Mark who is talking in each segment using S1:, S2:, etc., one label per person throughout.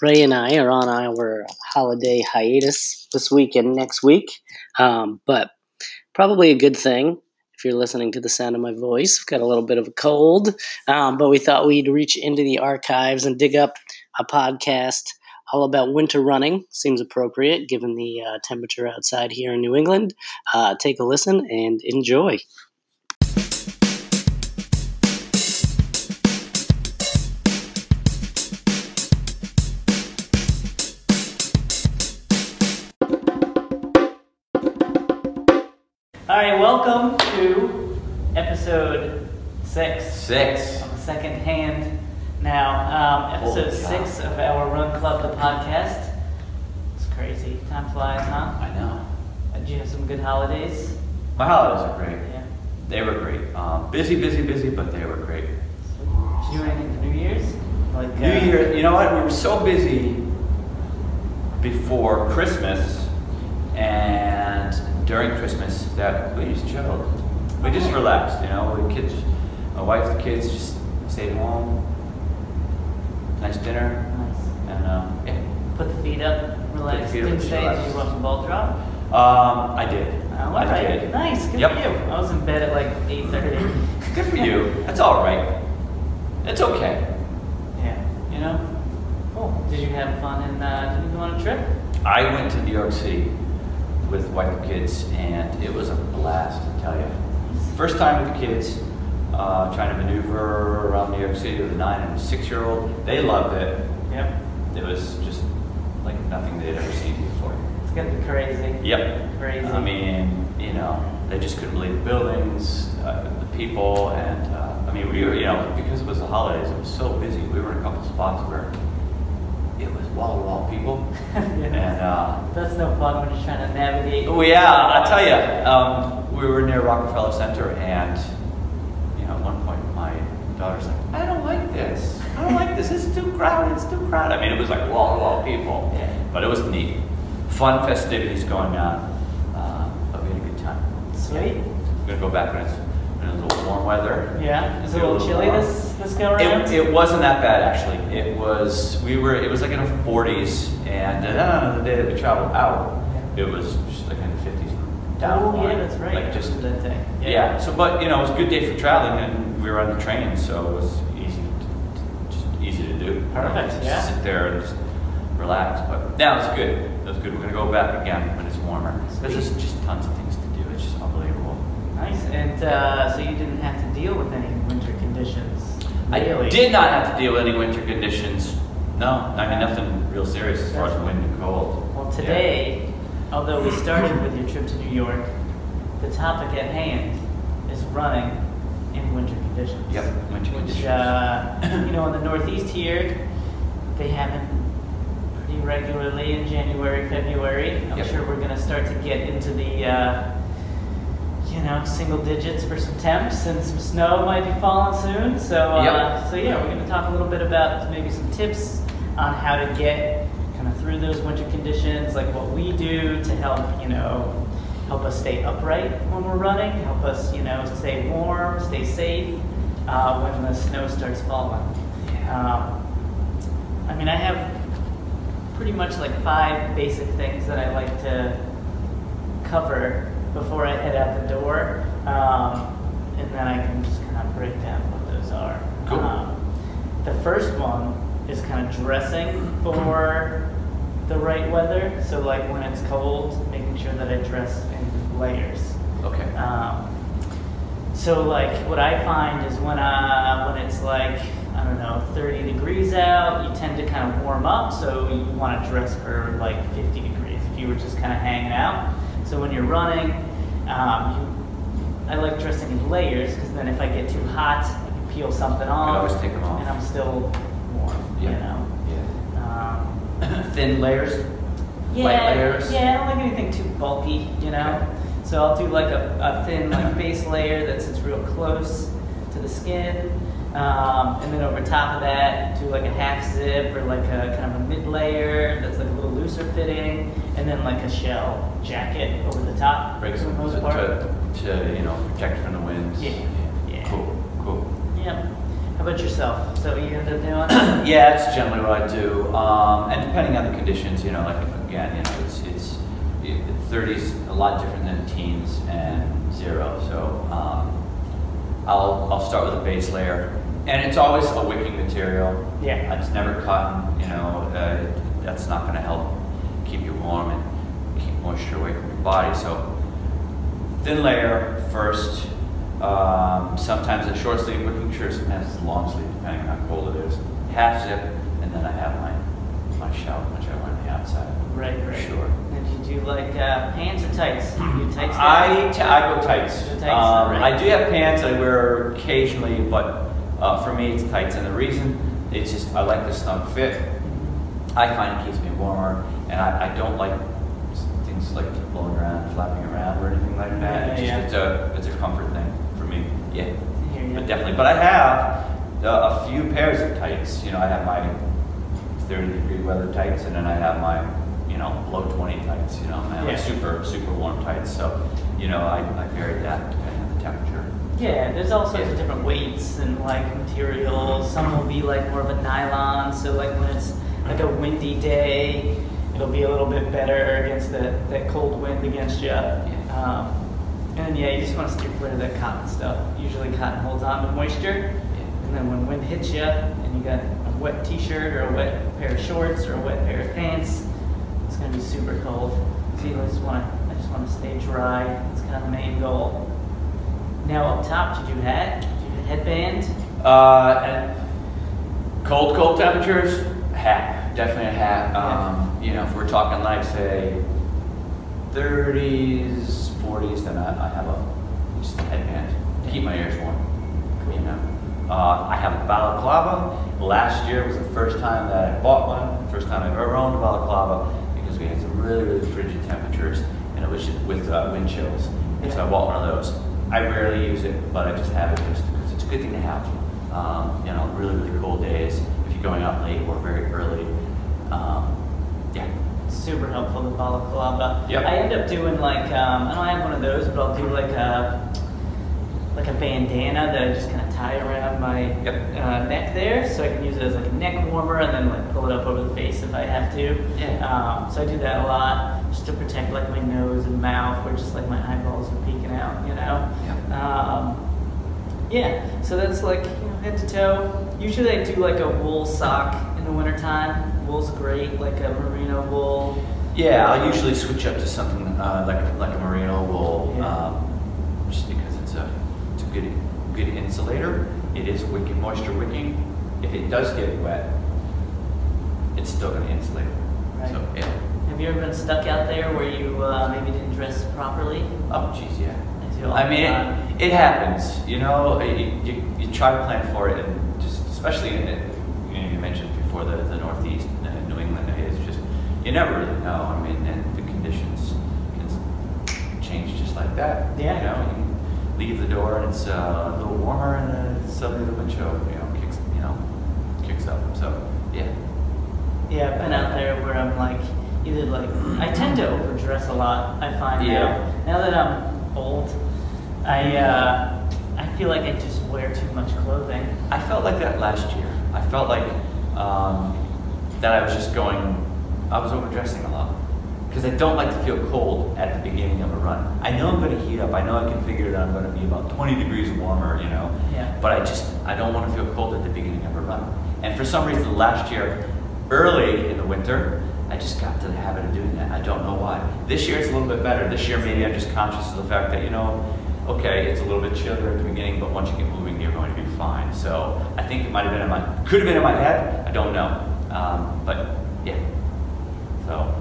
S1: Ray and I are on our holiday hiatus this week and next week, um, but probably a good thing. If you're listening to the sound of my voice, I've got a little bit of a cold, um, but we thought we'd reach into the archives and dig up a podcast all about winter running. Seems appropriate given the uh, temperature outside here in New England. Uh, take a listen and enjoy.
S2: All right, welcome to episode six
S3: Six.
S2: on the second hand. Now, um, episode
S3: Holy cow.
S2: six of our Run Club the podcast. It's crazy. Time flies, huh?
S3: I know.
S2: Uh, Did you have some good holidays?
S3: My holidays are great.
S2: Yeah.
S3: They were great. Um, busy, busy, busy, but they were great.
S2: Did you do anything for New Year's? Like uh,
S3: New Year, you know what? We were so busy before Christmas and during Christmas that we just chilled. We just relaxed, you know. The kids, my wife, the kids just stayed home. Nice dinner.
S2: Nice.
S3: And, um, yeah.
S2: Put the feet up, relax.
S3: feet up,
S2: Didn't
S3: just
S2: say
S3: relax.
S2: did you watch the ball drop? Uh,
S3: Um, I did.
S2: All
S3: I
S2: right.
S3: did.
S2: Nice. Good
S3: Yep.
S2: for you. I was in bed at like 8:30.
S3: Good for you. That's all right. It's okay.
S2: Yeah.
S3: You know,
S2: Cool. Did you have fun and uh, did you go on a trip?
S3: I went to New York City with wife and kids, and it was a blast. I tell you, first time with the kids, uh, trying to maneuver around New York City with a nine and a six-year-old. They loved it.
S2: Yep.
S3: It was just like nothing they'd ever seen before.
S2: It's gonna be crazy.
S3: Yep.
S2: Crazy.
S3: I mean, you know, they just couldn't believe the buildings, uh, the people, and uh, I mean, we were, you know, because it was the holidays, it was so busy. We were in a couple spots where it was wall to wall people, and.
S2: yeah.
S3: Uh,
S2: That's no fun when you're trying to navigate.
S3: Well, Oh, yeah, I tell you, um, we were near Rockefeller Center, and you know, at one point, my daughter's like, "I don't like this. I don't like this. It's too crowded. It's too crowded." I mean, it was like wall to wall people,
S2: Yeah.
S3: but it was neat. Fun festivities going on. Um, but we had a good time.
S2: Sweet.
S3: I'm gonna go back when it's, when it's a little warm weather.
S2: Yeah. Is it
S3: Do
S2: a little chilly
S3: warm.
S2: this this go around?
S3: It, it wasn't that bad actually. It was we were it was like in the 40s, and uh, then on the day that we traveled out, it was just like in the 50s down.
S2: oh,
S3: the
S2: yeah,
S3: line.
S2: that's right.
S3: Like just
S2: That's that thing.
S3: yeah. So, but you know, it was a good day for traveling, and we were on the train, so it was easy, to, just easy to do.
S2: Perfect,
S3: Just
S2: yeah.
S3: sit there and just relax. But now it's good. It was good. We're gonna go back again when it's warmer. There's
S2: Sweet.
S3: just, just tons of things to do. It's just unbelievable.
S2: Nice. And uh, so you didn't have to deal with any winter conditions.
S3: I
S2: really.
S3: did not have to deal with any winter conditions. No, I mean nothing real serious as far as wind and cold.
S2: Well,
S3: Yeah.
S2: today, although we started with your trip to New York, the topic at hand is running in winter conditions.
S3: Yep, winter
S2: Which,
S3: conditions.
S2: uh, you know, in the Northeast here, they haven't pretty regularly in January, February. I'm
S3: Yep.
S2: sure we're going to start to get into the, uh, you know, single digits for some temps and some snow might be falling soon. So, uh,
S3: Yep.
S2: so yeah, we're going to talk a little bit about maybe some tips on how to get kind of through those winter conditions, like what we do to help, you know, help us stay upright when we're running, help us, you know, stay warm, stay safe uh, when the snow starts falling. Um, I mean, I have pretty much like five basic things that I like to cover before I head out the door, um, and then I can just kind of break down what those are.
S3: Cool.
S2: Um, the first one is kind of dressing for the right weather. So like when it's cold, making sure that I dress in layers.
S3: Okay.
S2: Um, so like what I find is when uh, when it's like I don't know 30 degrees out, you tend to kind of warm up, so you want to dress for like 50 degrees if you were just kind of hanging out. So when you're running, um, you, I like dressing in layers because then if I get too hot, I can peel something off.
S3: always take 'em off.
S2: and I'm still warm. You
S3: Yeah.
S2: know. Um,
S3: Yeah. Thin layers.
S2: yeah,
S3: Light layers.
S2: Yeah, I don't like anything too bulky, you know? So I'll do like a, a thin like base layer that sits real close to the skin. Um, and then over top of that, do like a half zip or like a kind of a mid layer that's like a little looser fitting. And then like a shell jacket over the top.
S3: Breaks
S2: for the
S3: them
S2: most
S3: to,
S2: part.
S3: to, to you know protect from the winds.
S2: Yeah. Yeah.
S3: Cool. Cool.
S2: Yeah. How about yourself? Is that what you end up doing?
S3: Yeah, it's generally what I do, um, and depending on the conditions, you know, like again, you know, it's it's thirties a lot different than teens and zero. So um, I'll I'll start with a base layer, and it's always a wicking material.
S2: Yeah.
S3: it's never cotton. You know, uh, that's not going to help keep you warm and keep moisture away from your body. So thin layer first. Um, sometimes a short sleeve wicking shirt, sometimes it's a long sleeve, depending on how cold it is. Half zip, and then I have my my shower, which I wear on the outside.
S2: right, right.
S3: Sure.
S2: And do you do like uh, pants or tights? You a tights? guy?
S3: I, t- I go tights.
S2: Tights,
S3: Um,
S2: right.
S3: I do have pants I wear occasionally, but uh, for me it's tights. And the reason it's just I like the snug fit. I find it keeps me warmer, and I, I don't like s- things like blowing around, flapping around, or anything like that. It's just
S2: Yeah, yeah.
S3: it's a it's a comfort thing for me. Yeah,
S2: Here, yeah.
S3: but definitely. But I have uh, a few pairs of tights. You know, I have my 30 degree weather tights, and then I have my, you know, below 20 tights, you know, my
S2: Yeah.
S3: like super, super warm tights. So, you know, I, I varied that depending on the temperature.
S2: Yeah, there's all sorts
S3: Yeah.
S2: of different weights and like materials. Some will be like more of a nylon, so like when it's like a windy day, it'll be a little bit better against that, that cold wind against you. Um, and then, yeah, you just want to stick rid of that cotton stuff. Usually cotton holds on to moisture, and then when wind hits you and you got a wet t-shirt or a wet pair of shorts or a wet pair of pants, it's gonna be super cold. So you just want to, I just want to stay dry. It's kind of the main goal. Now up top, did you hat? Did you have headband?
S3: Uh, and cold, cold temperatures, hat, definitely a hat. Um, you know, if we're talking like, say, 30s, 40s, then I, I have a just a headband to keep my ears warm. You know, uh, I have a balaclava. Last year was the first time that I bought one. First time I've ever owned a balaclava because we had some really, really frigid temperatures, and it was just with uh, wind chills. And so I bought one of those. I rarely use it, but I just have it just because it's a good thing to have. Um, you know, really, really cold days. If you're going out late or very early, um, yeah.
S2: Super helpful, the balaclava.
S3: Yep.
S2: I end up doing like, um, I don't have one of those, but I'll do like a, like a bandana that I just kind of tie around my
S3: Yep.
S2: uh, neck there, so I can use it as like a neck warmer and then like pull it up over the face if I have to.
S3: Yeah.
S2: Um, so I do that a lot just to protect like my nose and mouth where just like my eyeballs are peeking out, you know? Um, Yeah, so that's like you know, head to toe. Usually I do like a wool sock in the wintertime. Wool's great, like a merino wool.
S3: Yeah, I'll usually switch up to something uh, like like a merino wool,
S2: Yeah.
S3: um, just because it's a it's a good good insulator. It is wicking moisture wicking. If it does get wet, it's still going to insulate.
S2: Right.
S3: So yeah.
S2: Have you ever been stuck out there where you uh, maybe didn't dress properly?
S3: Oh jeez, yeah.
S2: I do all
S3: I
S2: the
S3: mean,
S2: time.
S3: it, it happens. You know, uh, you, you, you try to plan for it, and just especially in, in- you, know, you mentioned before the, the Northeast, uh, New England. It's just you never really know. I mean, and the conditions can change just like that.
S2: Yeah.
S3: You know, you leave the door and it's uh, a little warmer, and then suddenly the wind chill, you know, kicks, you know, kicks up. So yeah.
S2: Yeah, I've been out there where I'm like either like I tend to overdress a lot. I find
S3: Yeah.
S2: now now that I'm old, I uh, I feel like I just wear too much clothing.
S3: I felt like that last year. I felt like um, that I was just going, I was overdressing a lot. Because I don't like to feel cold at the beginning of a run. I know I'm going to heat up. I know I can figure it out. I'm going to be about 20 degrees warmer, you know.
S2: Yeah.
S3: But I just, I don't want to feel cold at the beginning of a run. And for some reason, last year, early in the winter, I just got to the habit of doing that. I don't know why. This year it's a little bit better. This year maybe I'm just conscious of the fact that, you know, okay, it's a little bit chillier at the beginning, but once you get moving, you're going to be fine. So I think it might have been in my, could have been in my head. I don't know. Um, but yeah. So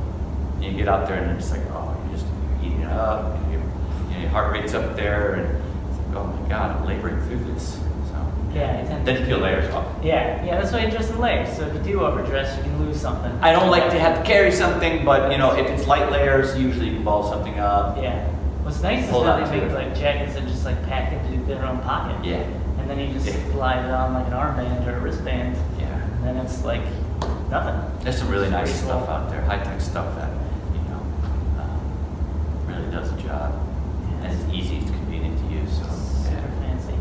S3: you get out there and it's like, oh, you're just eating it up. And your, you know, your heart rate's up there, and it's like, oh my God, I'm laboring through this. So
S2: Yeah, I tend to
S3: then you peel layers off.
S2: Yeah, yeah, that's why you dress in layers. So if you do overdress, you can lose something.
S3: I don't like to have to carry something, but you know, if it's light layers, usually you can ball something up.
S2: Yeah. What's nice is
S3: Hold
S2: how
S3: on
S2: they
S3: to
S2: make
S3: it.
S2: like jackets that just like pack into their own pocket.
S3: Yeah.
S2: And then you just
S3: Yeah.
S2: slide it on like an armband or a wristband,
S3: Yeah.
S2: and then it's like nothing.
S3: There's some really nice
S2: Pretty cool.
S3: stuff out there, high tech stuff that you know um, really does the job, and it's easy, it's convenient to use. So
S2: Super fancy.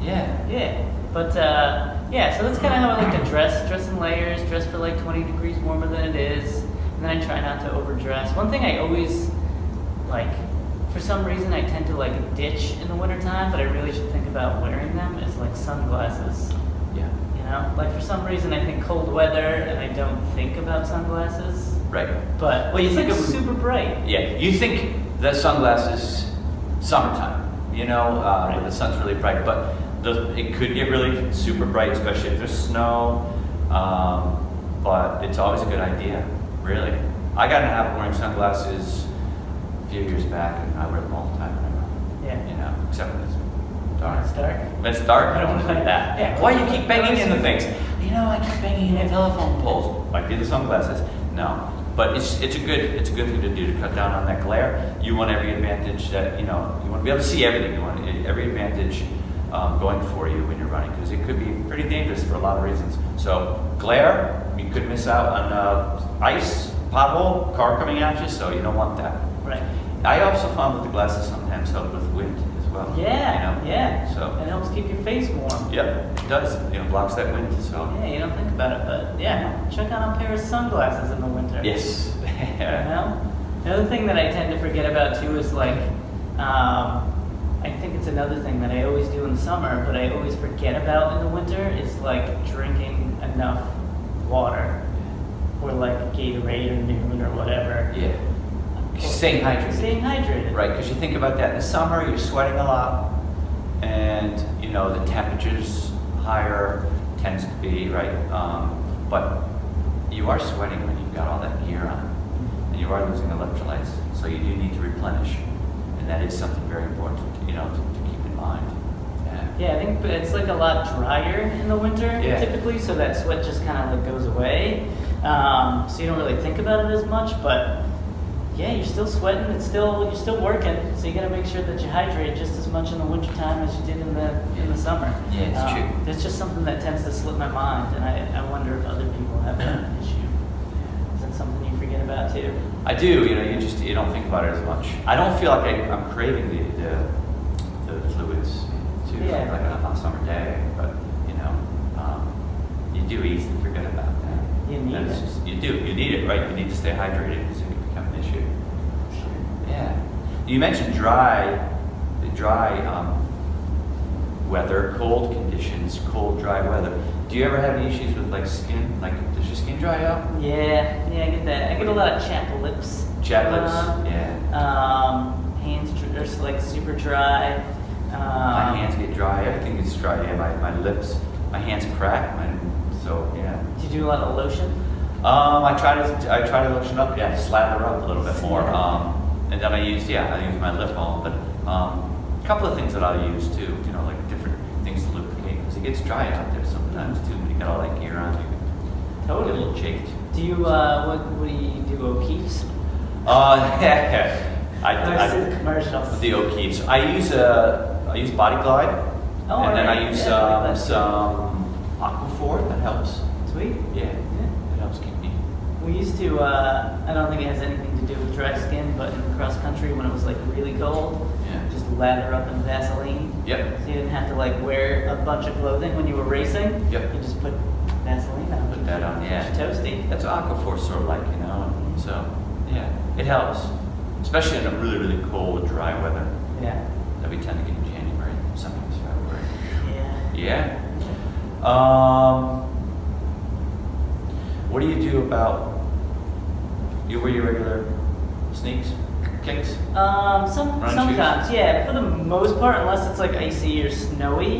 S3: yeah, yeah.
S2: Yeah, but uh, Yeah, so that's kind of how I like to dress. Dress in layers, dress for like 20 degrees warmer than it is, and then I try not to overdress. One thing I always like, for some reason, I tend to like ditch in the wintertime, but I really should think about wearing them is like sunglasses.
S3: Yeah.
S2: You know, like for some reason, I think cold weather, and I don't think about sunglasses.
S3: Right.
S2: But
S3: Well, you
S2: it's,
S3: think
S2: like,
S3: of-
S2: super bright.
S3: Yeah, you think that sunglasses summertime, you know, uh, when the sun's really bright, but the, it could get really super bright, especially if there's snow. Um, but it's always a good idea, really. I got in the habit of wearing sunglasses a few years back, and I wear them all the time now.
S2: Yeah.
S3: You know, except when it's dark.
S2: It's dark.
S3: When it's dark, I don't want to do that.
S2: Yeah.
S3: Why you keep banging in the things? You know, I keep banging in the telephone poles. Might be the sunglasses. No, but it's it's a good it's a good thing to do to cut down on that glare. You want every advantage that you know you want to be able to see everything. You want every advantage um, going for you when you're running because it could be pretty dangerous for a lot of reasons. So glare, you could miss out on uh, ice, pothole, car coming at you. So you don't want that.
S2: Right.
S3: I also found that the glasses sometimes help with wind as well.
S2: Yeah,
S3: you know?
S2: yeah.
S3: So.
S2: And it helps keep your face warm.
S3: Yep, it does. You know, blocks that wind. So
S2: Yeah, you don't think about it, but yeah, check out a pair of sunglasses in the winter.
S3: yes,
S2: You know? Another thing that I tend to forget about too is like, um, I think it's another thing that I always do in the summer, but I always forget about in the winter is like drinking enough water or like Gatorade or noon or whatever.
S3: yeah. Staying hydrated.
S2: Staying hydrated.
S3: Right, because you think about that in the summer, you're sweating a lot, and you know the temperature's higher tends to be right. Um, but you are sweating when you've got all that gear on, and you are losing electrolytes. So you do need to replenish, and that is something very important. You know, to, to keep in mind. Yeah.
S2: Yeah, I think it's like a lot drier in the winter
S3: Yeah.
S2: typically, so that sweat just kind of like goes away. Um, so you don't really think about it as much, but yeah, you're still sweating. It's still you're still working, so you got to make sure that you hydrate just as much in the wintertime as you did in the in the summer.
S3: Yeah, it's true.
S2: It's just something that tends to slip my mind, and I, I wonder if other people have that issue. Is that something you forget about too?
S3: I do, you know, you just you don't think about it as much. I don't feel like I, I'm craving the, the, the fluids to
S2: Yeah.
S3: like on a hot summer day, but you know, um, you do easily forget about that.
S2: You need
S3: That's
S2: it.
S3: just- you do, you need it, right? You need to stay hydrated because it can become an issue. Yeah. You mentioned dry, the dry um, weather, cold conditions, cold, dry weather. Do you ever have any issues with like skin? Like, does your skin dry out?
S2: Yeah, yeah, I get that. I get a lot of chapped lips.
S3: Jet lips?
S2: Uh,
S3: yeah.
S2: Um, hands dr- are s- like super dry. Um,
S3: My hands get dry. Everything gets dry. Yeah, my, my lips, my hands crack. My, so yeah.
S2: Do you do a lot of lotion?
S3: Um, I try to I try to lotion up. Yeah, slather up a little bit more. Um, and then I use yeah I use my lip balm. But um, a couple of things that I'll use too. You know, like different things to lubricate because it gets dry out there sometimes too. When you got all that gear on, you get a little chafed.
S2: Do you uh, what? What do you do? O'Keefe's?
S3: Uh, yeah. I,
S2: I've seen
S3: I,
S2: commercials.
S3: the O'Keefe's. I use uh, I use Body Glide,
S2: Oh,
S3: and then
S2: alright.
S3: I use
S2: Yeah, I like
S3: um,
S2: that.
S3: some Aquaphor. That helps.
S2: Sweet.
S3: Yeah,
S2: Yeah.
S3: it helps keep me.
S2: We used to. Uh, I don't think it has anything to do with dry skin, but in cross country when it was like really cold,
S3: Yeah.
S2: just lather up in Vaseline.
S3: Yep.
S2: So you didn't have to like wear a bunch of clothing when you were racing.
S3: Yep.
S2: You just put Vaseline on.
S3: Put that on, yeah.
S2: It's Toasty.
S3: That's what Aquaphor sort of like, you know. So yeah, it helps, especially in a really really cold, dry weather
S2: Yeah.
S3: that we tend to get in January, sometimes February.
S2: Yeah.
S3: Yeah. Um, what do you do about you wear your regular sneaks, kicks?
S2: Um, some,
S3: Run
S2: sometimes, yeah. For the most part, unless it's like icy or snowy,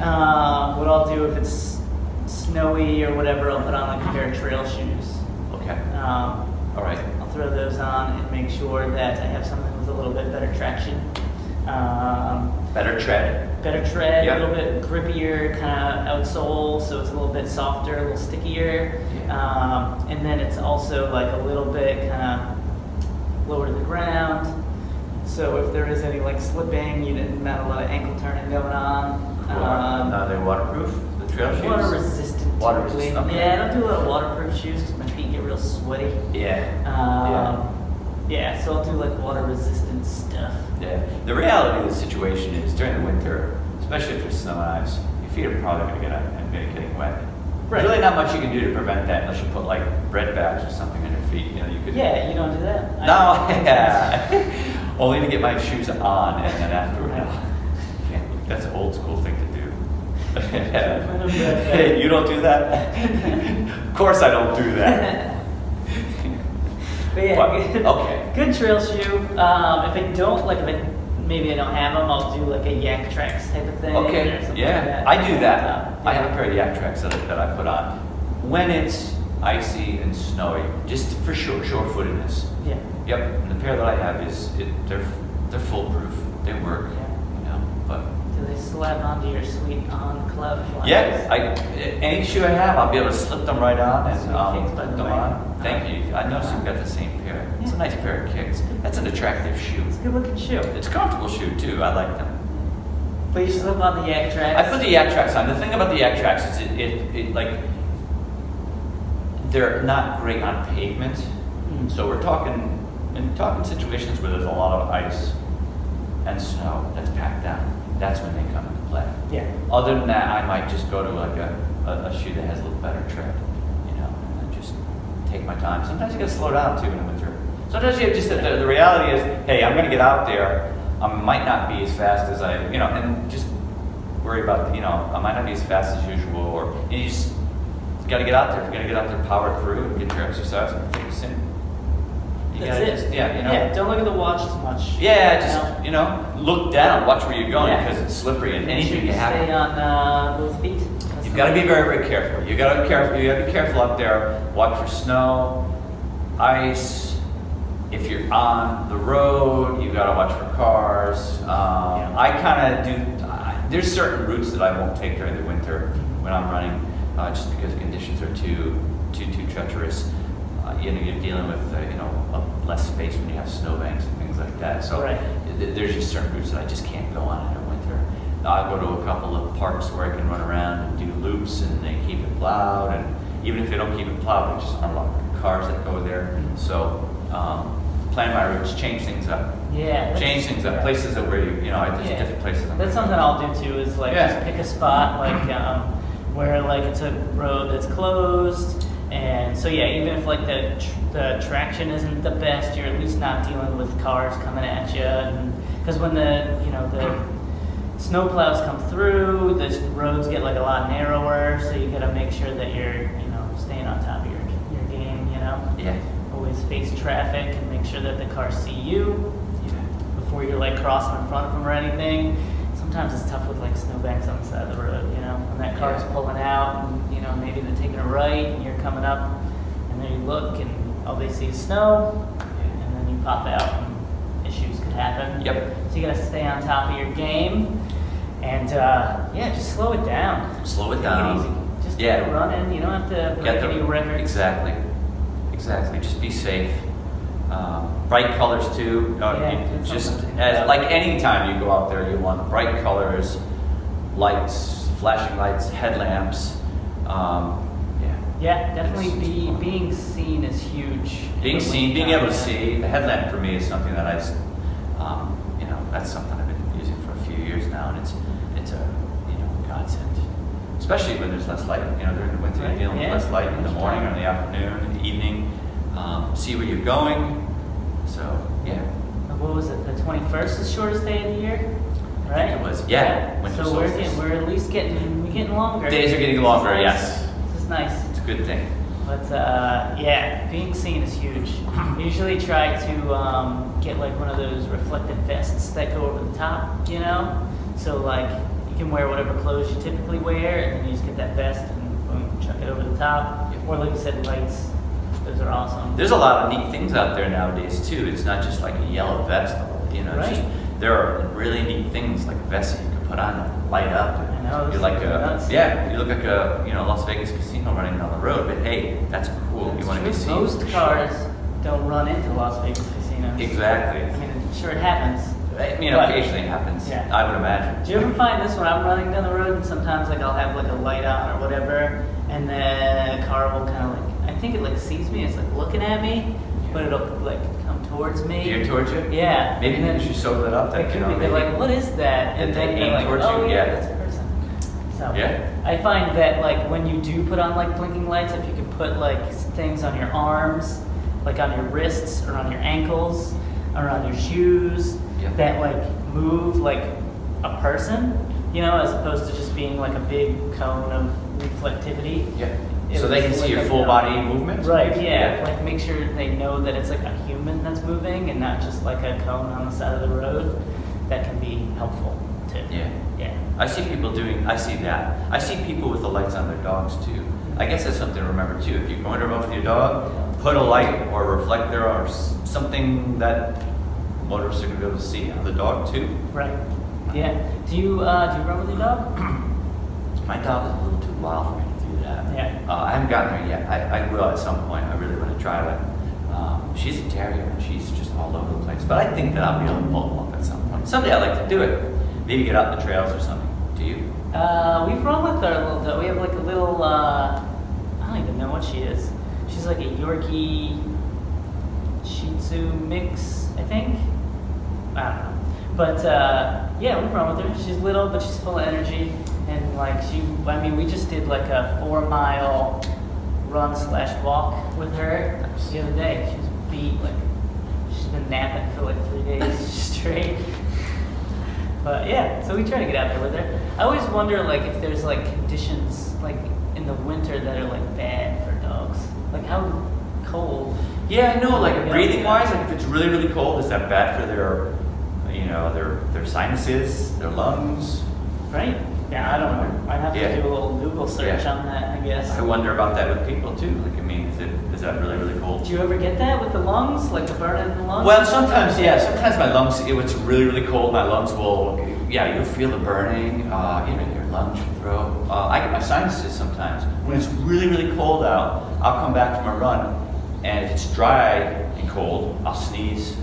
S2: um, what I'll do if it's snowy or whatever, I'll put on like a pair of trail shoes.
S3: Okay.
S2: Um,
S3: All right.
S2: I'll throw those on and make sure that I have something with a little bit better traction, um,
S3: Better tread.
S2: better tread,
S3: Yeah.
S2: a little bit grippier kind of outsole, so it's a little bit softer, a little stickier,
S3: Yeah.
S2: um, and then it's also like a little bit kind of lower to the ground. So if there is any like slipping, you didn't not a lot of ankle turning going on.
S3: Cool.
S2: Um,
S3: Are they waterproof? The Uh, trail shoes.
S2: water resistant.
S3: Water
S2: typically.
S3: resistant, okay.
S2: Yeah, I don't do a lot of waterproof shoes because my feet get real sweaty.
S3: Yeah.
S2: Um, yeah. so I'll do like water resistant stuff.
S3: Yeah. The reality of the situation is during the winter, especially if there's snow and ice, you feet are probably going to get, I'm getting wet. There's really not much you can do to prevent that unless you put like bread bags or something on your feet, you know, you could.
S2: Yeah, you don't do that. I-
S3: No, yeah. Only to get my shoes on and then afterward. Yeah, That's an old school thing to do. Hey, you don't do that? Of course I don't do that.
S2: But yeah,
S3: But,
S2: good,
S3: okay.
S2: good trail shoe. Um, if I don't like, if I maybe I don't have them, I'll do like a Yak Tracks type of thing. or
S3: Okay,
S2: something like
S3: yeah,
S2: that.
S3: I do
S2: Uh,
S3: that. I have a
S2: yeah.
S3: pair of yak tracks that I, that I put on. When it's icy and snowy, just for sure, sure footedness.
S2: Yeah.
S3: Yep, and the pair that I have is, it, they're, they're foolproof, they work,
S2: Yeah.
S3: you know, but.
S2: Do they slap onto your sweet on club flies?
S3: Yeah, I, any shoe I have, I'll be able to slip them right on and,
S2: Some
S3: um,
S2: kicks, by
S3: put
S2: the
S3: them
S2: way.
S3: on. Thank you, I noticed you've got the same pair. It's a
S2: Yeah.
S3: nice pair of kicks. That's an attractive shoe.
S2: It's a good looking shoe.
S3: It's a comfortable shoe too, I like them.
S2: But you slip on the Yak Tracks.
S3: I put the Yak Tracks on, the thing about the Yak Tracks is it, it, it like, they're not great on pavement.
S2: Mm.
S3: So we're talking, and talking situations where there's a lot of ice and snow that's packed down. That's when they come into play.
S2: Yeah.
S3: Other than that, I might just go to like a, a, a shoe that has a little better tread, you know, and then just take my time. Sometimes you gotta slow down too in the winter. Sometimes you have just, the, the reality is, hey, I'm gonna get out there, I might not be as fast as I, you know, and just worry about, you know, I might not be as fast as usual, or and you just gotta get out there. If you're gonna get out there, power through, and get your exercise, and focus in. You
S2: That's
S3: gotta
S2: it.
S3: just, yeah, you know.
S2: don't look at the watch as much.
S3: Yeah,
S2: you know?
S3: just, you know, look down, watch where you're going,
S2: Yeah.
S3: because it's slippery and
S2: Make sure
S3: anything
S2: you
S3: can happen.
S2: Stay on uh, both feet. That's
S3: You've got to be very, very careful. You got to careful. You got to be careful out there. Watch for snow, ice. If you're on the road, you got to watch for cars. Um,
S2: Yeah.
S3: I kind of do. I, there's certain routes that I won't take during the winter when I'm running, uh, just because the conditions are too, too, too treacherous. Uh, you know, you're dealing with uh, you know a- less space when you have snowbanks and things like that. So
S2: Right.
S3: th- there's just certain routes that I just can't go on in the winter. I'll go to a couple of parks where I can run around and do loops and they keep it plowed and even if they don't keep it plowed, they just unlock the cars that go there. So, um, plan my routes, change things up.
S2: Yeah.
S3: Change things up, places that where you, you know, I just different places. I'm
S2: That's
S3: gonna
S2: something I'll do too. Is like
S3: Yeah.
S2: just pick a spot like um, where like it's a road that's closed, and so yeah, even if like the tr- the traction isn't the best, you're at least not dealing with cars coming at you. Because when the you know the snowplows come through, the s- roads get like a lot narrower, so you gotta make sure that you're you know staying on top of your your game. You know,
S3: Yeah.
S2: always face traffic and make sure that the cars see you before you're like crossing in front of them or anything. Sometimes it's tough with like snowbanks on the side of the road, you know, when that car's
S3: Yeah.
S2: pulling out and you know maybe they're taking a right and you're coming up, and then you look and all they see is snow, and then you pop out and issues could happen.
S3: Yep.
S2: So you gotta stay on top of your game, and uh, yeah, just slow it down.
S3: Slow it
S2: Take
S3: down.
S2: easy. Just
S3: Um, Yeah.
S2: keep it running. You don't have to break
S3: Get the-
S2: any records.
S3: Exactly, exactly. Just be safe. Um, bright colors too. Uh,
S2: Yeah,
S3: you-
S2: that's
S3: just
S2: something.
S3: as like any time you go out there, you want bright colors, lights, flashing lights, headlamps. Um, yeah.
S2: Yeah, definitely
S3: It's-
S2: be, being seen is huge.
S3: Being
S2: in the
S3: seen, being able to
S2: wintertime, yeah.
S3: see the headlamp for me is something that I, s- um, you know, that's something I've been using for a few years now, and it's it's a you know godsend, especially when there's less light. You know, during the winter, you're
S2: Right,
S3: dealing with
S2: yeah.
S3: less light in the morning or in the afternoon, in the evening. Um, see where you're going. So yeah,
S2: Uh, What was it? The twenty-first is shortest day of the year, right?
S3: it was. Yeah, winter
S2: So we're
S3: solstice.
S2: getting, we're at least getting we're getting longer.
S3: Days are getting
S2: This is
S3: longer,
S2: nice.
S3: yes.
S2: This is nice.
S3: it's a good thing.
S2: But uh, yeah, being seen is huge. I usually try to um, get like one of those reflective vests that go over the top, you know? So like you can wear whatever clothes you typically wear, and then you just get that vest and boom, chuck it over the top. Or like you said, lights. Those are awesome.
S3: There's a lot of neat things out there nowadays too. It's not just like a yellow vest, you know. It's
S2: Right.
S3: just, there are really neat things like vests that you can put on and light up.
S2: I know,
S3: You're
S2: this
S3: like
S2: is
S3: a
S2: nuts.
S3: yeah. You look like a you know Las Vegas casino running down the road, but hey, that's cool. you
S2: That's
S3: want to be
S2: true.
S3: seen.
S2: Most
S3: for sure.
S2: cars don't run into Las Vegas casinos. I
S3: Exactly.
S2: mean, sure it happens.
S3: I mean,
S2: But-
S3: occasionally it happens.
S2: Yeah.
S3: I would imagine.
S2: Do you ever find this when I'm running down the road and sometimes like I'll have like a light on or whatever, and then a car will kind of like I think it like sees me, it's like looking at me, but it'll like come towards me.
S3: Geared towards you.
S2: yeah.
S3: Maybe
S2: and then
S3: you should sober it up. That
S2: it
S3: you
S2: could
S3: know.
S2: be, they're
S3: maybe-
S2: like, what is that?
S3: If
S2: And
S3: they
S2: then
S3: aim
S2: they're like,
S3: towards
S2: oh
S3: you, yeah.
S2: yeah, that's a person. stuff.
S3: Yeah.
S2: I find that like when you do put on like blinking lights, if you can put like s- things on your arms, like on your wrists or on your ankles or on your shoes
S3: Yeah.
S2: that like move like a person, you know, as opposed to just being like a big cone of reflectivity.
S3: Yeah.
S2: It
S3: So they can
S2: was
S3: see your
S2: like a-
S3: full body movement?
S2: Right, yeah. Like make sure they know that it's like a human that's moving and not just like a cone on the side of the road. That can be helpful too.
S3: Yeah.
S2: Yeah.
S3: I see people doing, I see that. I see people with the lights on their dogs too. I guess that's something to remember too. If you're going to run with your dog, put a light or a reflector or s- something that motorists are going to be able to see on the dog too.
S2: Right. Yeah. Do you uh, do you run with your dog?
S3: My dog is a little too wild for me to do that.
S2: Yeah.
S3: Uh, I haven't gotten her yet. I, I will at some point. I really want to try it. Um, she's a terrier and she's just all over the place. But I think that I'll be able to pull them up at some point. Someday I'd like to do it. Maybe get out in the trails or something. Do you?
S2: Uh, we've run with her a little bit. We have like a little. Uh, I don't even know what she is. She's like a Yorkie Shih Tzu mix, I think. I don't know. But uh, yeah, we've run with her. She's little, but she's full of energy, and like she. I mean, we just did like a four mile run slash walk with her the other day. She was beat. Like she's been napping for like three days straight. But yeah, so we try to get out there with her. I always wonder like if there's like conditions like in the winter that are like bad for dogs. Like how cold.
S3: Yeah, I know. Like
S2: Yeah.
S3: breathing wise, like if it's really really cold, is that bad for their, you know, their their sinuses, their lungs?
S2: Right? Yeah, I don't know. I'd have
S3: Yeah.
S2: to do a little Google search
S3: Yeah.
S2: on that, I guess.
S3: I wonder about that with people too. Like I mean, is it is that really really cold?
S2: Do you ever get that with the lungs? Like the burn in the lungs?
S3: Well, sometimes, yeah. Sometimes my lungs, if it's really, really cold, my lungs will, yeah, you'll feel the burning, uh, you know, your lungs, your throat. Uh, I get my sinuses sometimes. When it's really, really cold out, I'll come back from a run, and if it's dry and cold, I'll sneeze.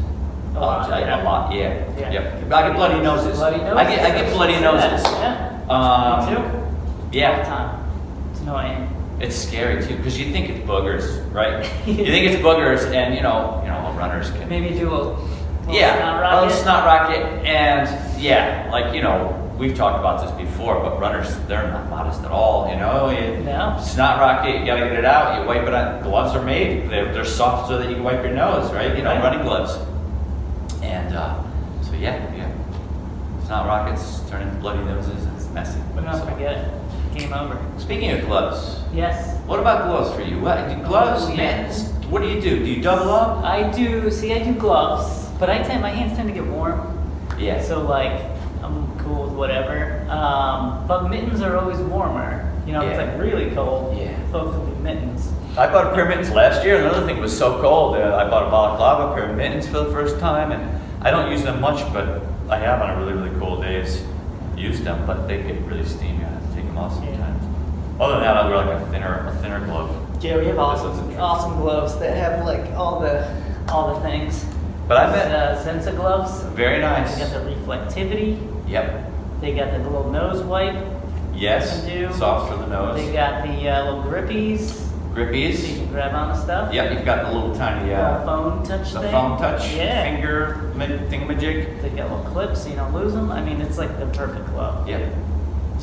S2: A lot,
S3: Uh, I-
S2: yeah.
S3: A lot, yeah.
S2: Yeah.
S3: Yep. But I get bloody noses.
S2: Bloody noses.
S3: I get, I get bloody noses.
S2: Yeah.
S3: Um,
S2: Me too. All the
S3: Yeah.
S2: time. It's annoying.
S3: It's scary too, because you think it's boogers, right? you think it's boogers, and you know, you know, runners can
S2: Maybe do a little snot
S3: yeah,
S2: rocket.
S3: it's not rocket, and yeah, like you know, we've talked about this before, but runners they're not modest at all. You know, you,
S2: No.
S3: snot rocket, you gotta get it out. You wipe it on. Gloves are made; they're, they're soft so that you can wipe your nose, right? You know,
S2: Right.
S3: running gloves. And uh, so yeah, yeah, snot rockets turn into bloody noses. It's messy.
S2: But not
S3: So-
S2: forget it. Game over.
S3: Speaking of gloves,
S2: Yes.
S3: what about gloves for you? What do gloves,
S2: Oh, Yeah.
S3: men's? What do you do? Do you double up?
S2: I do. See, I do gloves, but I tend my hands tend to get warm.
S3: Yeah.
S2: So like, I'm cool with whatever. Um, but mittens are always warmer. You know, if it's
S3: Yeah.
S2: like really cold.
S3: Yeah.
S2: Folks will do mittens.
S3: I bought a pair of mittens last year. Another thing was so cold. Uh, I bought a balaclava, a pair of mittens for the first time, and I don't use them much, but I have on a really really cold days used them. But they get really steamy. I have to take them off
S2: Yeah.
S3: sometimes. Other than that, I wear like a thinner a thinner glove.
S2: Yeah, we have
S3: This
S2: awesome
S3: isn't true.
S2: awesome gloves that have like all the all the things.
S3: But I met
S2: uh, Sensa gloves.
S3: very nice.
S2: They got the reflectivity.
S3: Yep.
S2: They got the little nose wipe.
S3: Yes.
S2: You do.
S3: Soft for the
S2: They
S3: nose.
S2: got the uh, little grippies. So you
S3: Grippies.
S2: can grab on the stuff.
S3: Yep. You've got the little tiny
S2: Little
S3: uh,
S2: phone touch
S3: the
S2: thing.
S3: phone touch
S2: Yeah.
S3: finger ma- thingamajig.
S2: They get little clips, so you don't lose them. I mean, it's like the perfect glove.
S3: Yep.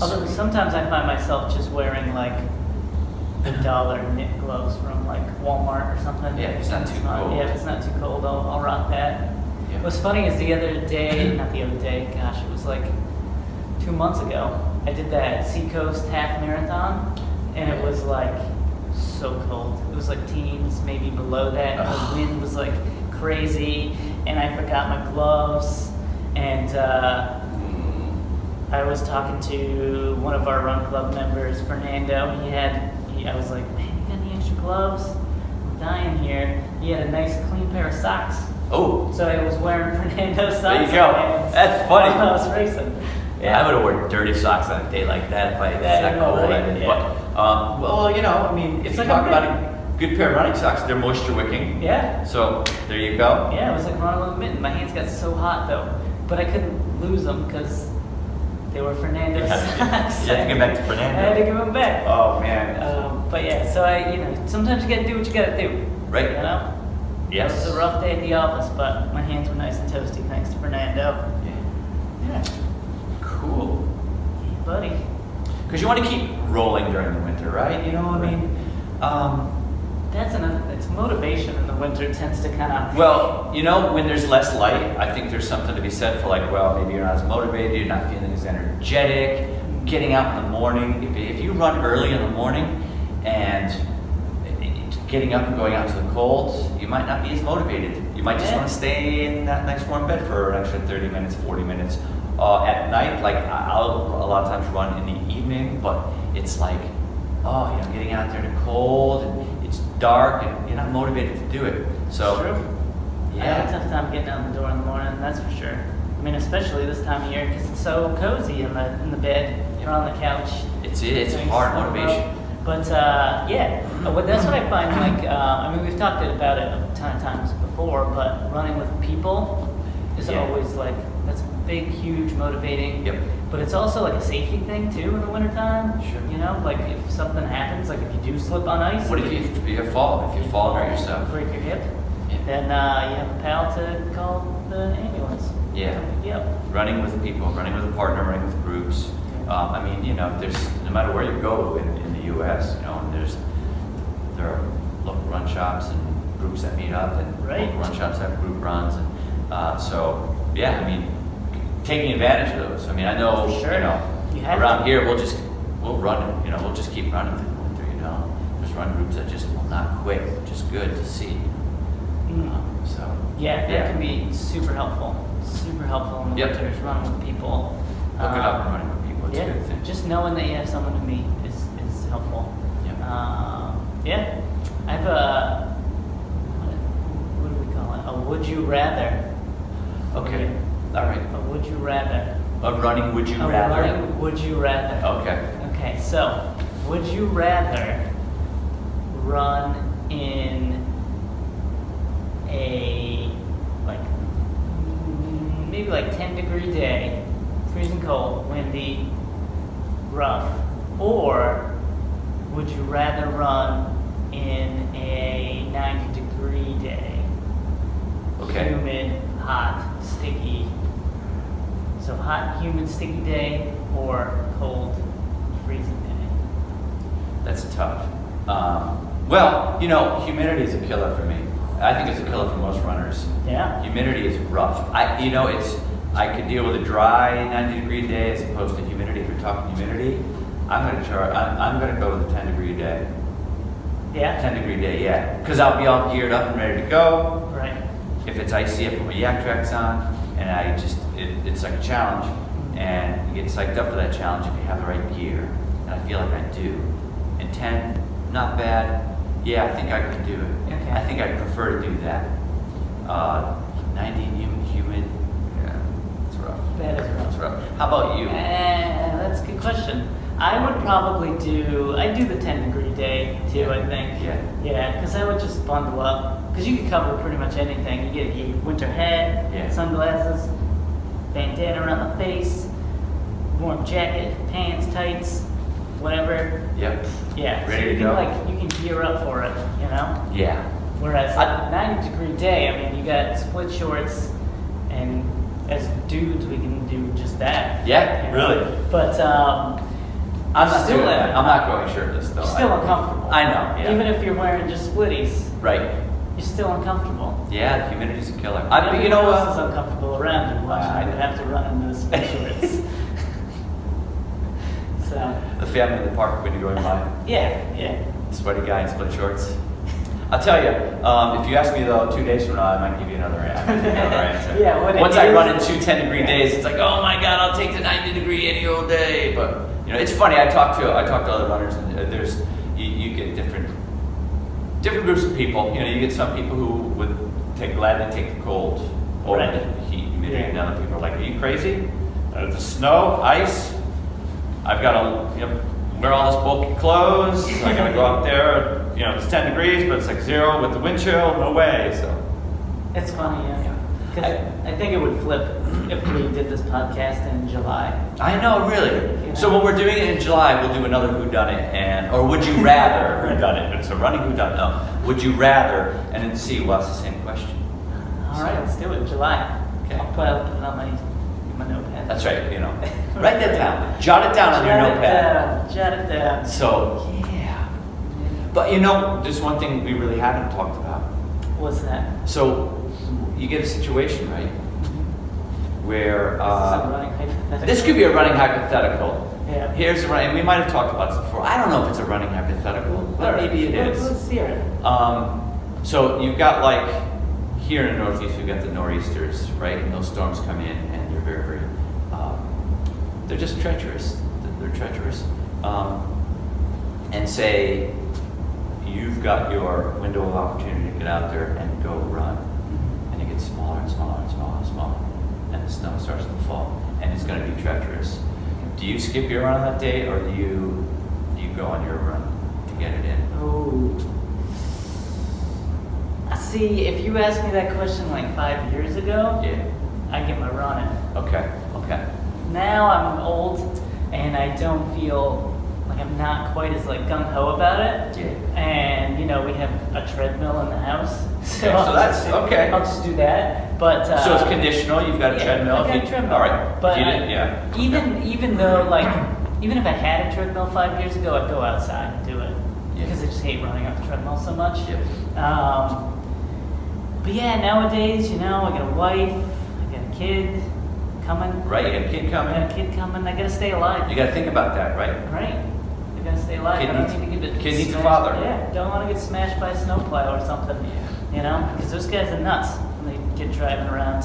S2: Although sometimes I find myself just wearing like the dollar knit gloves from like Walmart or something. Uh,
S3: Yeah, it's not too cold.
S2: Yeah, if it's not too cold, I'll, I'll rock that.
S3: Yeah.
S2: What's funny is the other day, not the other day, gosh, it was like two months ago, I did that Seacoast half marathon and it was like so cold. It was like teens, maybe below that.
S3: Ugh.
S2: The wind was like crazy and I forgot my gloves and uh, I was talking to one of our run club members, Fernando. He had, he, I was like, man, you got any extra gloves? I'm dying here. He had a nice clean pair of socks.
S3: Oh.
S2: So I was wearing Fernando's socks.
S3: There you go.
S2: on my hands
S3: That's funny.
S2: While I was racing.
S3: Yeah, I would have worn dirty socks on a day like that if I had that
S2: Yeah,
S3: cold.
S2: right,
S3: I didn't.
S2: yeah.
S3: But, um, well, you know, I mean, if
S2: It's
S3: you
S2: like a
S3: talk about
S2: pair.
S3: a good pair of running socks, they're moisture wicking.
S2: Yeah.
S3: So there you go.
S2: Yeah, it was like running with a mitten. My hands got so hot though, but I couldn't lose them because they were Fernando's
S3: You had to
S2: socks.
S3: give- you had to give back
S2: I
S3: to
S2: had to
S3: Fernando.
S2: give them back.
S3: Oh man.
S2: Um, but yeah, so I, you know, sometimes you gotta do what you gotta do.
S3: Right.
S2: You know?
S3: yes.
S2: It was a rough day at the office, but my hands were nice and toasty thanks to Fernando.
S3: Yeah.
S2: Yeah.
S3: Cool.
S2: Buddy.
S3: Because you want to keep rolling during the winter, right? You know, what I mean, um,
S2: That's another. It's motivation in the winter tends to kind of.
S3: well, you know, when there's less light, I think there's something to be said for like, well, maybe you're not as motivated, you're not feeling as energetic. Getting out in the morning, if, if you run early in the morning and getting up and going out to the cold, you might not be as motivated. You might just
S2: Yeah.
S3: want to stay in that nice warm bed for an extra 30 minutes, 40 minutes. Uh, at night, like I- I'll a lot of times run in the evening, but it's like, oh, you know, getting out there in the cold and it's dark and you're not motivated to do it. So,
S2: True. I have a
S3: yeah,
S2: tough time getting out the door in the morning. That's for sure. I mean, especially this time of year because it's so cozy in the in the bed or on the couch.
S3: it's it's
S2: Thanks.
S3: hard motivation. Mm-hmm.
S2: But uh, yeah, uh, well, that's what I find. Like, uh, I mean, we've talked about it a ton of times before, but running with people is
S3: Yeah.
S2: always like that's a big, huge, motivating.
S3: Yep.
S2: But it's also like a safety thing too in the wintertime.
S3: Sure.
S2: You know, like if something happens, like if you do slip on ice,
S3: What if you, if you fall? If you fall and hurt yourself?
S2: break your hip,
S3: Yeah.
S2: then uh, you have a pal to call the ambulance.
S3: Yeah.
S2: Yep.
S3: running with people, running with a partner, running with groups. Um, I mean, you know, there's no matter where you go in, in the U.S., you know, and there's there are local run shops and groups that meet up, and
S2: Right.
S3: local run shops have group runs, and uh, so yeah, I mean, taking advantage of those. I mean, I know
S2: For sure.
S3: you know
S2: You have
S3: around
S2: to.
S3: here we'll just we'll run, you know, we'll just keep running through the winter, you know. There's run groups that just will not quit, which is good to see.
S2: Mm.
S3: Um, so
S2: Yeah, that
S3: Yeah.
S2: can be super helpful. Super helpful in the
S3: Yep.
S2: winter, just running with people.
S3: look it up and
S2: Um,
S3: running with people. It's
S2: yeah,
S3: a good thing.
S2: just knowing that you have someone to meet is, is helpful.
S3: Yep.
S2: Um, yeah, I have a what do we call it? A would you rather.
S3: okay, all right.
S2: A would you rather.
S3: A running would you
S2: a
S3: rather? Oh,
S2: running Would you rather?
S3: Okay.
S2: Okay, so would you rather run in a like mm, maybe like 10 degree day, freezing cold, windy, rough, or would you rather run in a 90 degree day,
S3: Okay.
S2: humid, hot, sticky? So hot, humid, sticky day, or cold, freezing day?
S3: That's tough. Um, well, you know, humidity is a killer for me. I think it's a killer for most runners.
S2: Yeah.
S3: Humidity is rough. I, you know, it's I could deal with a dry 90 degree day as opposed to humidity. If you're talking humidity, I'm gonna try. I'm, I'm gonna go with a 10 degree day.
S2: Yeah.
S3: 10 degree day, yeah, because I'll be all geared up and ready to go.
S2: Right.
S3: if it's icy, I put my yak tracks on, and I just, it, it's like a challenge, and you get psyched up for that challenge if you have the right gear, and I feel like I do. And 10, not bad. Yeah, I think I could do it.
S2: Okay.
S3: I think I'd prefer to do that. Uh, 90 humid, humid, yeah, it's rough.
S2: That is rough.
S3: It's rough. How about you?
S2: Eh, that's a good question. I would probably do. I do the 10 degree day too. I think.
S3: Yeah.
S2: Yeah, because I would just bundle up because you could cover pretty much anything. You get your winter hat,
S3: Yeah.
S2: sunglasses, bandana around the face, warm jacket, pants, tights, whatever.
S3: Yep.
S2: Yeah.
S3: Ready
S2: so you
S3: to
S2: can
S3: go.
S2: like you can gear up for it. You know.
S3: Yeah.
S2: Whereas
S3: I-
S2: a 90 degree day, I mean, you got split shorts, and as dudes, we can do just that.
S3: Yeah,
S2: You
S3: really.
S2: But um,
S3: I'm not
S2: still
S3: doing that.
S2: in-
S3: I'm not going shirtless though.
S2: you're still
S3: I-
S2: uncomfortable.
S3: I know, yeah.
S2: Even if you're wearing just splitties,
S3: Right.
S2: you're still uncomfortable.
S3: Yeah, the humidity's a killer. I, but you
S2: Everyone
S3: know
S2: else is
S3: what?
S2: uncomfortable around you.
S3: I- I
S2: Watching you have to run in those split shorts. so,
S3: The family in the park when you're going by.
S2: yeah, yeah.
S3: sweaty guy in split shorts. I'll tell you, um, if you ask me though, two days from now, I might give you another, an- another answer.
S2: Yeah, what it
S3: Once I
S2: is-
S3: run in two 10 degree days, it's like, oh my god, I'll take the 90 degree any old day. But you know, it's funny. I talk to I talk to other runners, and uh, there's you, you get different different groups of people. You know, you get some people who would take gladly take the cold over
S2: Right.
S3: the heat, humidity,
S2: Yeah.
S3: and other people are like, are you crazy? Uh, the snow, ice, I've got to you know, wear all this bulky clothes. I got to go out there. You know, it's 10 degrees, but it's like zero with the wind chill. No way. So,
S2: It's funny, yeah. 'Cause I, think it would flip if we did this podcast in July.
S3: I know, really. So when we're doing it in July, we'll do another Who Done It, and or Would You Rather Who Done It? It's a running Who Done It. No, Would You Rather, and then see what's the same question.
S2: All right, let's do it. July.
S3: Okay.
S2: I'll put up on my my notepad.
S3: That's right, you know. Write that down. Jot it down on your notepad.
S2: Jot it down. Jot it down.
S3: So, yeah. But you know, there's one thing we really haven't talked about.
S2: What's that?
S3: So, you get a situation, right? Where
S2: this is a
S3: uh,
S2: running hypothetical.
S3: this could be a running hypothetical.
S2: Yeah.
S3: Here's a running, we might have talked about this before. I don't know if it's a running hypothetical, but maybe it
S2: Let's-
S3: is.
S2: Let's hear it.
S3: Um, so you've got like here in the Northeast, we've got the nor'easters, right? And those storms come in, and they're very, very, um, they're just treacherous. They're treacherous. Um, and say you've got your window of opportunity to get out there and go run and it gets smaller and smaller and smaller and smaller, and the snow starts to fall, and it's going to be treacherous. Do you skip your run on that day, or do you do you go on your run to get it in?
S2: Oh. See, if you asked me that question like five years ago,
S3: Yeah.
S2: I get my run in.
S3: Okay. Okay.
S2: Now I'm old and I don't feel like I'm not quite as like gung ho about it.
S3: Yeah.
S2: And you know we have a treadmill in the house, so,
S3: Okay, so
S2: I'll
S3: that's-
S2: just,
S3: okay.
S2: I'll just do that. But uh,
S3: so it's conditional. You've got a
S2: yeah,
S3: treadmill.
S2: I've
S3: if
S2: got
S3: you-
S2: a treadmill.
S3: All right.
S2: But
S3: you
S2: I-
S3: didn't, yeah.
S2: even even though like even if I had a treadmill five years ago, I'd go outside and do it
S3: Yeah.
S2: because I just hate running on the treadmill so much.
S3: Yeah.
S2: Um, but yeah, nowadays you know I got a wife, I got a kid coming.
S3: Right. You got a kid
S2: I got
S3: coming.
S2: a kid coming. I gotta stay alive.
S3: You got to think about that, right?
S2: Right. I gotta stay alive.
S3: Kid
S2: I don't
S3: needs-
S2: need to get
S3: kid needs a
S2: smashed-
S3: father.
S2: Yeah. Don't want to get smashed by a snowplow or something. You know, because those guys are nuts. when They get driving around.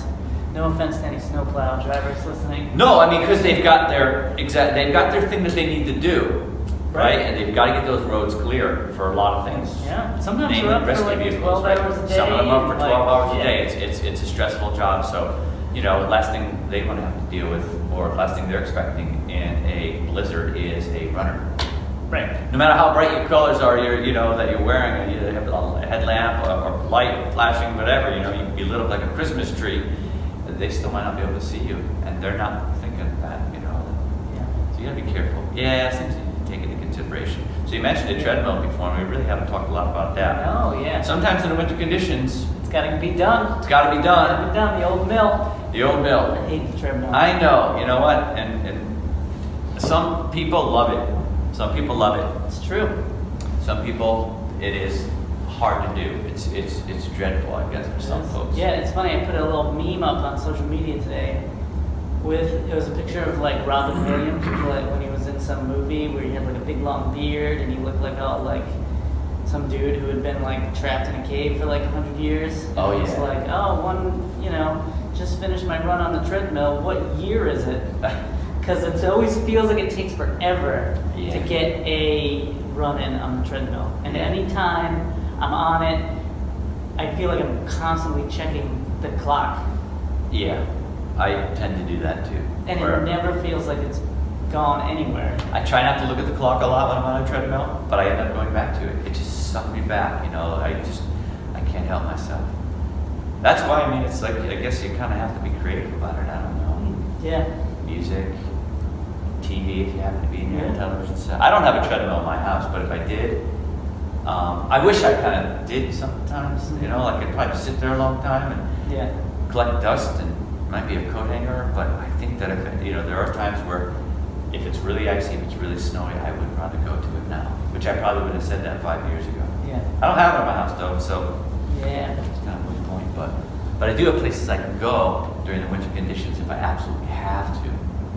S2: No offense to any snowplow drivers listening.
S3: No, I mean because they've got their exact. They've got their thing that they need to do, right?
S2: Right.
S3: And they've got to get those roads clear for a lot of things.
S2: Yeah. Sometimes
S3: Mainly
S2: you're up for
S3: rescue
S2: like
S3: vehicles,
S2: 12
S3: right?
S2: hours a day.
S3: Some of them up for
S2: and,
S3: 12
S2: like,
S3: hours a
S2: yeah.
S3: day. It's, it's, it's a stressful job. So, you know, last thing they want to have to deal with, or last thing they're expecting in a blizzard is a runner.
S2: Right.
S3: No matter how bright your colors are, you're, you know, that you're wearing, or you have a headlamp or, or light flashing, whatever, you know, you can be lit up like a Christmas tree, they still might not be able to see you. And they're not thinking that, you know,
S2: Yeah.
S3: so you gotta be careful. Yeah, things you need to take into consideration. So you mentioned the treadmill before, and we really haven't talked a lot about that.
S2: Oh yeah.
S3: And sometimes in the winter conditions,
S2: it's gotta be done.
S3: it's gotta be
S2: Gotta
S3: done.
S2: be done. The old mill.
S3: The old
S2: I
S3: mill.
S2: hate the treadmill.
S3: I know, you know what? And, and some people love it. Some people love it.
S2: It's true.
S3: Some people, it is hard to do. It's, it's, it's dreadful, I guess, for some
S2: Yes.
S3: folks.
S2: Yeah, it's funny. I put a little meme up on social media today. With it was a picture of like Robin Williams like, when he was in some movie where he had like a big long beard and he looked like all like some dude who had been like trapped in a cave for like hundred years. And
S3: Oh,
S2: he was
S3: yeah.
S2: like oh one you know just finished my run on the treadmill. What year is it? Because it always feels like it takes forever
S3: Yeah.
S2: to get a run in on the treadmill. And
S3: Yeah.
S2: any time I'm on it, I feel like I'm constantly checking the clock.
S3: Yeah, I tend to do that too.
S2: And
S3: where-
S2: it never feels like it's gone anywhere.
S3: I try not to look at the clock a lot when I'm on a treadmill, but I end up going back to it. It just sucks me back, you know. I just, I can't help myself. That's why I mean, it's like I guess you kind of have to be creative about it. I don't know,
S2: Yeah.
S3: music, TV if you happen to be near a
S2: Yeah.
S3: television set. I don't have a treadmill in my house, but if I did, um, I wish I kind of did sometimes. You know, like I'd probably sit there a long time and
S2: Yeah.
S3: collect dust and might be a coat hanger, but I think that if, it- you know, there are times where if it's really icy, if it's really snowy, I would rather go to it now, which I probably would have said that five years ago.
S2: Yeah.
S3: I don't have it in my house though, so
S2: Yeah.
S3: it's kind of a moot point, but, but I do have places I can go during the winter conditions if I absolutely have to.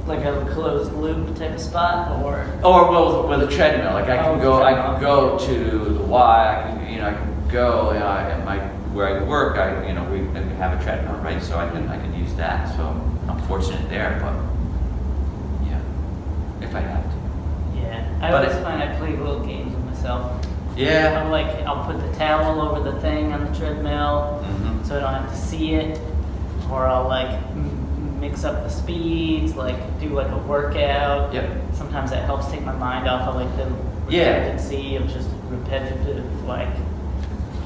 S2: Like a closed loop type of spot or.
S3: Or well, with, with a treadmill, like I
S2: Oh,
S3: can
S2: with
S3: go,
S2: a
S3: I can
S2: treadmill.
S3: go to the Y, I can, you know, I can go, you know, I- at my, where I work, I, you know, we we have a treadmill, right, so I can, I can use that, so I'm fortunate there, but, yeah, if I have to.
S2: Yeah. I
S3: But
S2: always
S3: it-
S2: find I play little games with myself.
S3: Yeah.
S2: I'm like, I'll put the towel over the thing on the treadmill.
S3: Mhm.
S2: so I don't have to see it, or I'll like m- mix up the speeds, like do like a workout.
S3: Yep.
S2: Sometimes that helps take my mind off of like the
S3: Yeah.
S2: redundancy of just repetitive like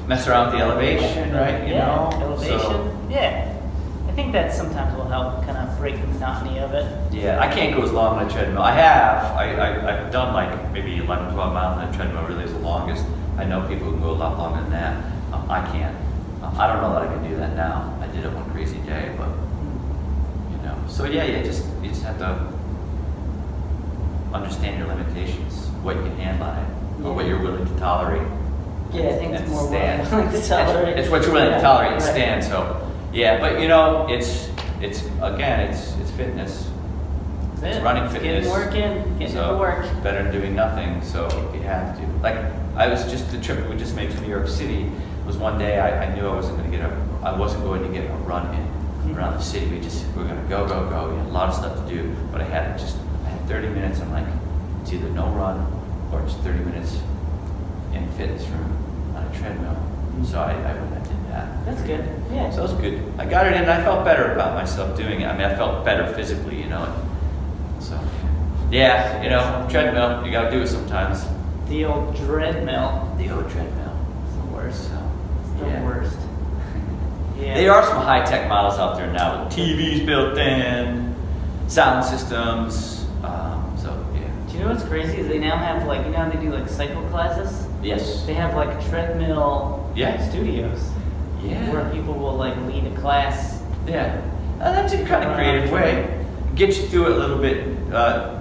S3: Mess around with the elevation, right, you
S2: yeah,
S3: know?
S2: elevation.
S3: So,
S2: Yeah, I think that sometimes will help kind of break the monotony of it.
S3: Yeah, I can't go as long on a treadmill, I have, I, I, I've done like maybe eleven, twelve miles on a treadmill, really is the longest, I know people who go a lot longer than that, Um, I can't. Um, I don't know that I can do that now, I did it one crazy day, but, you you know. So yeah, yeah, just you just have to understand your limitations, what you can handle on it, or what you're willing to tolerate.
S2: Yeah, I think it's
S3: and
S2: more what
S3: stand.
S2: I'm willing to tolerate.
S3: It's, it's what you're willing to
S2: Yeah,
S3: tolerate and
S2: right.
S3: stand. So yeah, but you know, it's it's again, it's it's fitness.
S2: That's
S3: It's
S2: it.
S3: running fitness.
S2: Getting work in, getting
S3: so
S2: to work.
S3: Better than doing nothing. So if you have to, like I was just the trip we just made to New York City was one day I, I knew I wasn't going to get a I wasn't going to get a run in
S2: Mhm.
S3: around the city. We just we were going to go go go. We had a lot of stuff to do, but I had just I had 30 minutes. I'm like it's either no run or it's 30 minutes in a fitness room on a treadmill. So I, I went and did that.
S2: Mm-hmm. That's good. Yeah.
S3: So that was good. I got it in. I felt better about myself doing it. I mean, I felt better physically, you know. and So, yeah, you know, treadmill. You gotta do it sometimes.
S2: the old dread mill
S3: The old treadmill.
S2: is the worst.
S3: So,
S2: It's the
S3: yeah.
S2: worst. Yeah.
S3: There are some high-tech models out there now with TVs built in, sound systems. Um, so yeah.
S2: Do you know what's crazy is they now have like you know how they do like cycle classes.
S3: Yes.
S2: They have like treadmill
S3: Yeah.
S2: studios where
S3: Yeah.
S2: people will like lead a class.
S3: Yeah. Uh, that's a kind of creative way. Get you through it a little bit uh,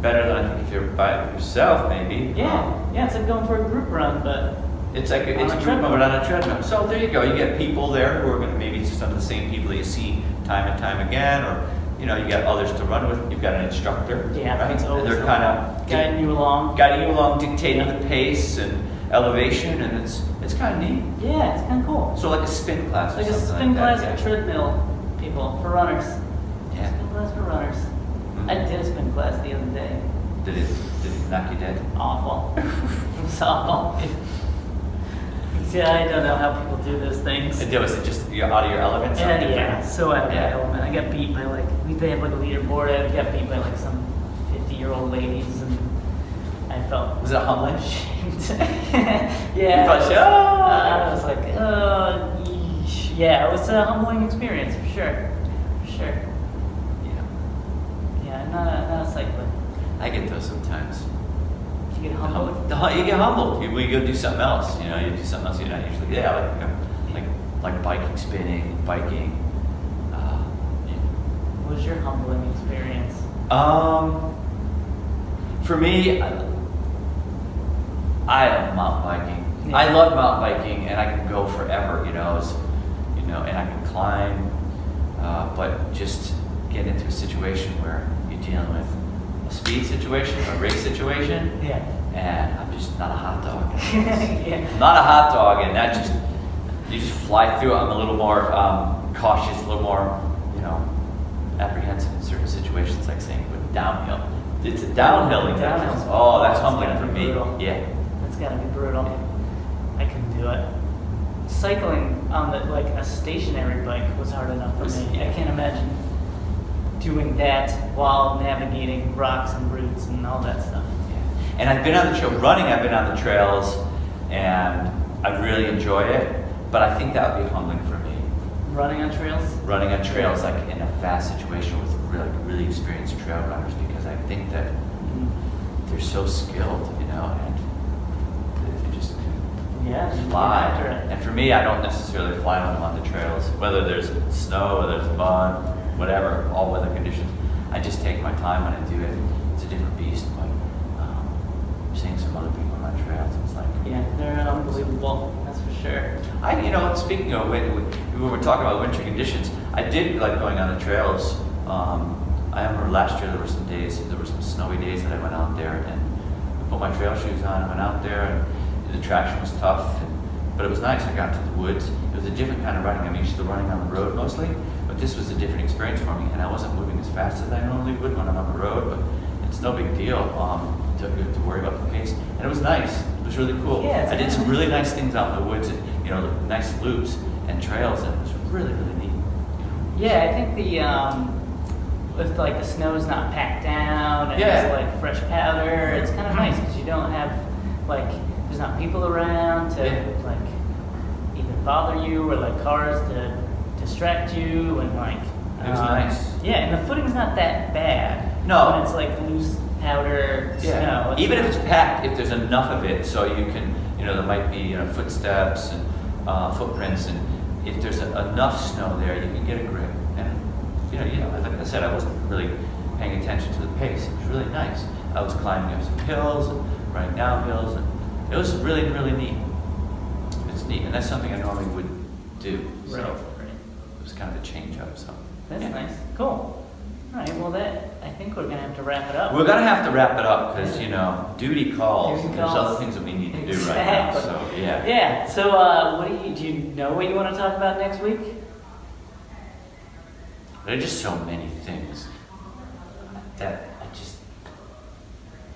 S3: better than I think if you're by yourself, maybe.
S2: Yeah, yeah, it's like going for a group run, but
S3: It's like a,
S2: On
S3: it's
S2: a
S3: a
S2: treadmill.
S3: treadmill, but on a treadmill. So there you go. You get people there who are going to maybe it's some of the same people you see time and time again, or you know, you got others to run with. You've got an instructor.
S2: yeah,
S3: right?
S2: it's always
S3: they're kind of
S2: guiding you along.
S3: guiding you along, dictating the pace and elevation, and it's it's kind of neat.
S2: Yeah, it's kind of cool.
S3: So like a spin class.
S2: It's
S3: or
S2: like a
S3: something
S2: spin
S3: like
S2: class
S3: that,
S2: for treadmill people for runners.
S3: Yeah.
S2: Spin class for runners.
S3: Mhm.
S2: I did a spin class the other day.
S3: yeah. Did it did it knock you dead?
S2: Awful. it was awful. yeah, I don't know how people do those things.
S3: It was it just you're out of your element.
S2: And
S3: something
S2: yeah,
S3: different?
S2: so out of my
S3: Yeah.
S2: element. I got beat by like we they have like a leaderboard. I got beat by like some fifty-year-old ladies, and I felt
S3: Was it humbling?
S2: ashamed.
S3: You
S2: yeah,
S3: felt
S2: I was,
S3: ashamed?
S2: uh, I was like, uh, yeesh. yeah, it was a humbling experience for sure, for sure.
S3: Yeah.
S2: Yeah, I'm not a, not a cyclist.
S3: I get those sometimes.
S2: You get humbled.
S3: Humbled. The hu- You get humbled. You, we go do something else. You know, you do something else you're not usually. Yeah, like you know, like like biking, spinning, biking. Uh, yeah.
S2: What was your humbling experience?
S3: Um, for me, I, I love mountain biking.
S2: Yeah.
S3: I love mountain biking, and I can go forever. You know, it's, you know, and I can climb. Uh, but just get into a situation where you're dealing with a speed situation, a race situation
S2: Yeah.
S3: and I'm just not a hot dog.
S2: yeah.
S3: not a hot dog, and that just you just fly through. it. I'm a little more um, cautious, a little more you know apprehensive in certain situations, like saying with downhill. It's a downhilling. that
S2: Downhill.
S3: just- Oh, that's humbling
S2: That's
S3: for
S2: gotta be
S3: me.
S2: brutal.
S3: Yeah.
S2: That's gotta be brutal. I couldn't do it. Cycling on the, like a stationary bike was hard enough for me. I can't imagine doing that while navigating rocks and roots and all that stuff.
S3: Yeah. And I've been on the trail running. I've been on the trails, and I really enjoy it. But I think that would be humbling for me.
S2: Running on trails?
S3: running on trails like in a fast situation with really, really experienced trail runners because I think that
S2: Mm,
S3: they're so skilled, you know, and they just
S2: Yeah. you can
S3: fly.
S2: get after it.
S3: And for me, I don't necessarily fly on, on the trails, whether there's snow, whether there's mud, whatever, all weather conditions. I just take my time when I do it. It's a different beast, but um, seeing some other people on trails, it's like
S2: Yeah, they're unbelievable, that's for sure.
S3: I, you know, speaking of when, when we were talking about winter conditions, I did like going on the trails. Um, I remember last year there were some days, there were some snowy days that I went out there and I put my trail shoes on. I went out there and the traction was tough, and, but it was nice. I got to the woods. It was a different kind of running. I'm used to running on the road mostly, but this was a different experience for me, and I wasn't moving as fast as I normally would when I'm on the road. But it's no big deal um, to, to worry about the pace, and it was nice. It was really cool.
S2: Yeah, it's
S3: I did some
S2: nice.
S3: really really nice things out in the woods, and, you know, nice loops and trails, and it was really, really neat.
S2: Yeah, I think the, um, if like the snow's not packed down and
S3: Yeah. Mm-hmm.
S2: it's like fresh powder, it's kind of nice because you don't have like there's not people around to
S3: Yeah.
S2: like either bother you or like cars to distract you and like.
S3: It was
S2: um,
S3: nice.
S2: Yeah, and the footing's not that bad.
S3: No.
S2: when it's like loose powder snow.
S3: Even if it's packed, if there's enough of it, so you can, you know, there might be you know, footsteps and uh, footprints, and if there's a, enough snow there, you can get a grip. And you know, you know, like I said, I wasn't really paying attention to the pace. It was really nice. I was climbing up some hills and running down hills, and it was really, really neat. It's neat, and that's something I normally would do. So
S2: Right.
S3: it was kind of a change up. So
S2: That's
S3: yeah.
S2: nice. Cool. All right. Well, that I think we're gonna have to wrap it up.
S3: We're gonna have to wrap it up because you know duty calls.
S2: Duty
S3: and There's
S2: calls.
S3: other things that we need to do right now.
S2: Exactly.
S3: So yeah.
S2: Yeah. So, uh, what do you do? You know what you want to talk about next week?
S3: There are just so many things that I just.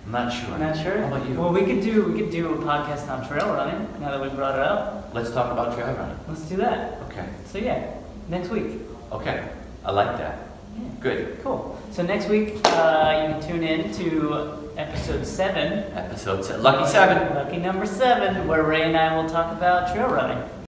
S3: I'm not sure.
S2: I'm not sure.
S3: How about you?
S2: Well, we could do we could do a podcast on trail running. Now that we brought it up,
S3: Let's talk about trail running.
S2: let's do that.
S3: Okay.
S2: So yeah, next week.
S3: Okay. I like that.
S2: Yeah.
S3: Good.
S2: Cool. So next week, uh, you can tune in to episode seven.
S3: Episode seven. Lucky seven.
S2: Lucky number seven, where Ray and I will talk about trail running.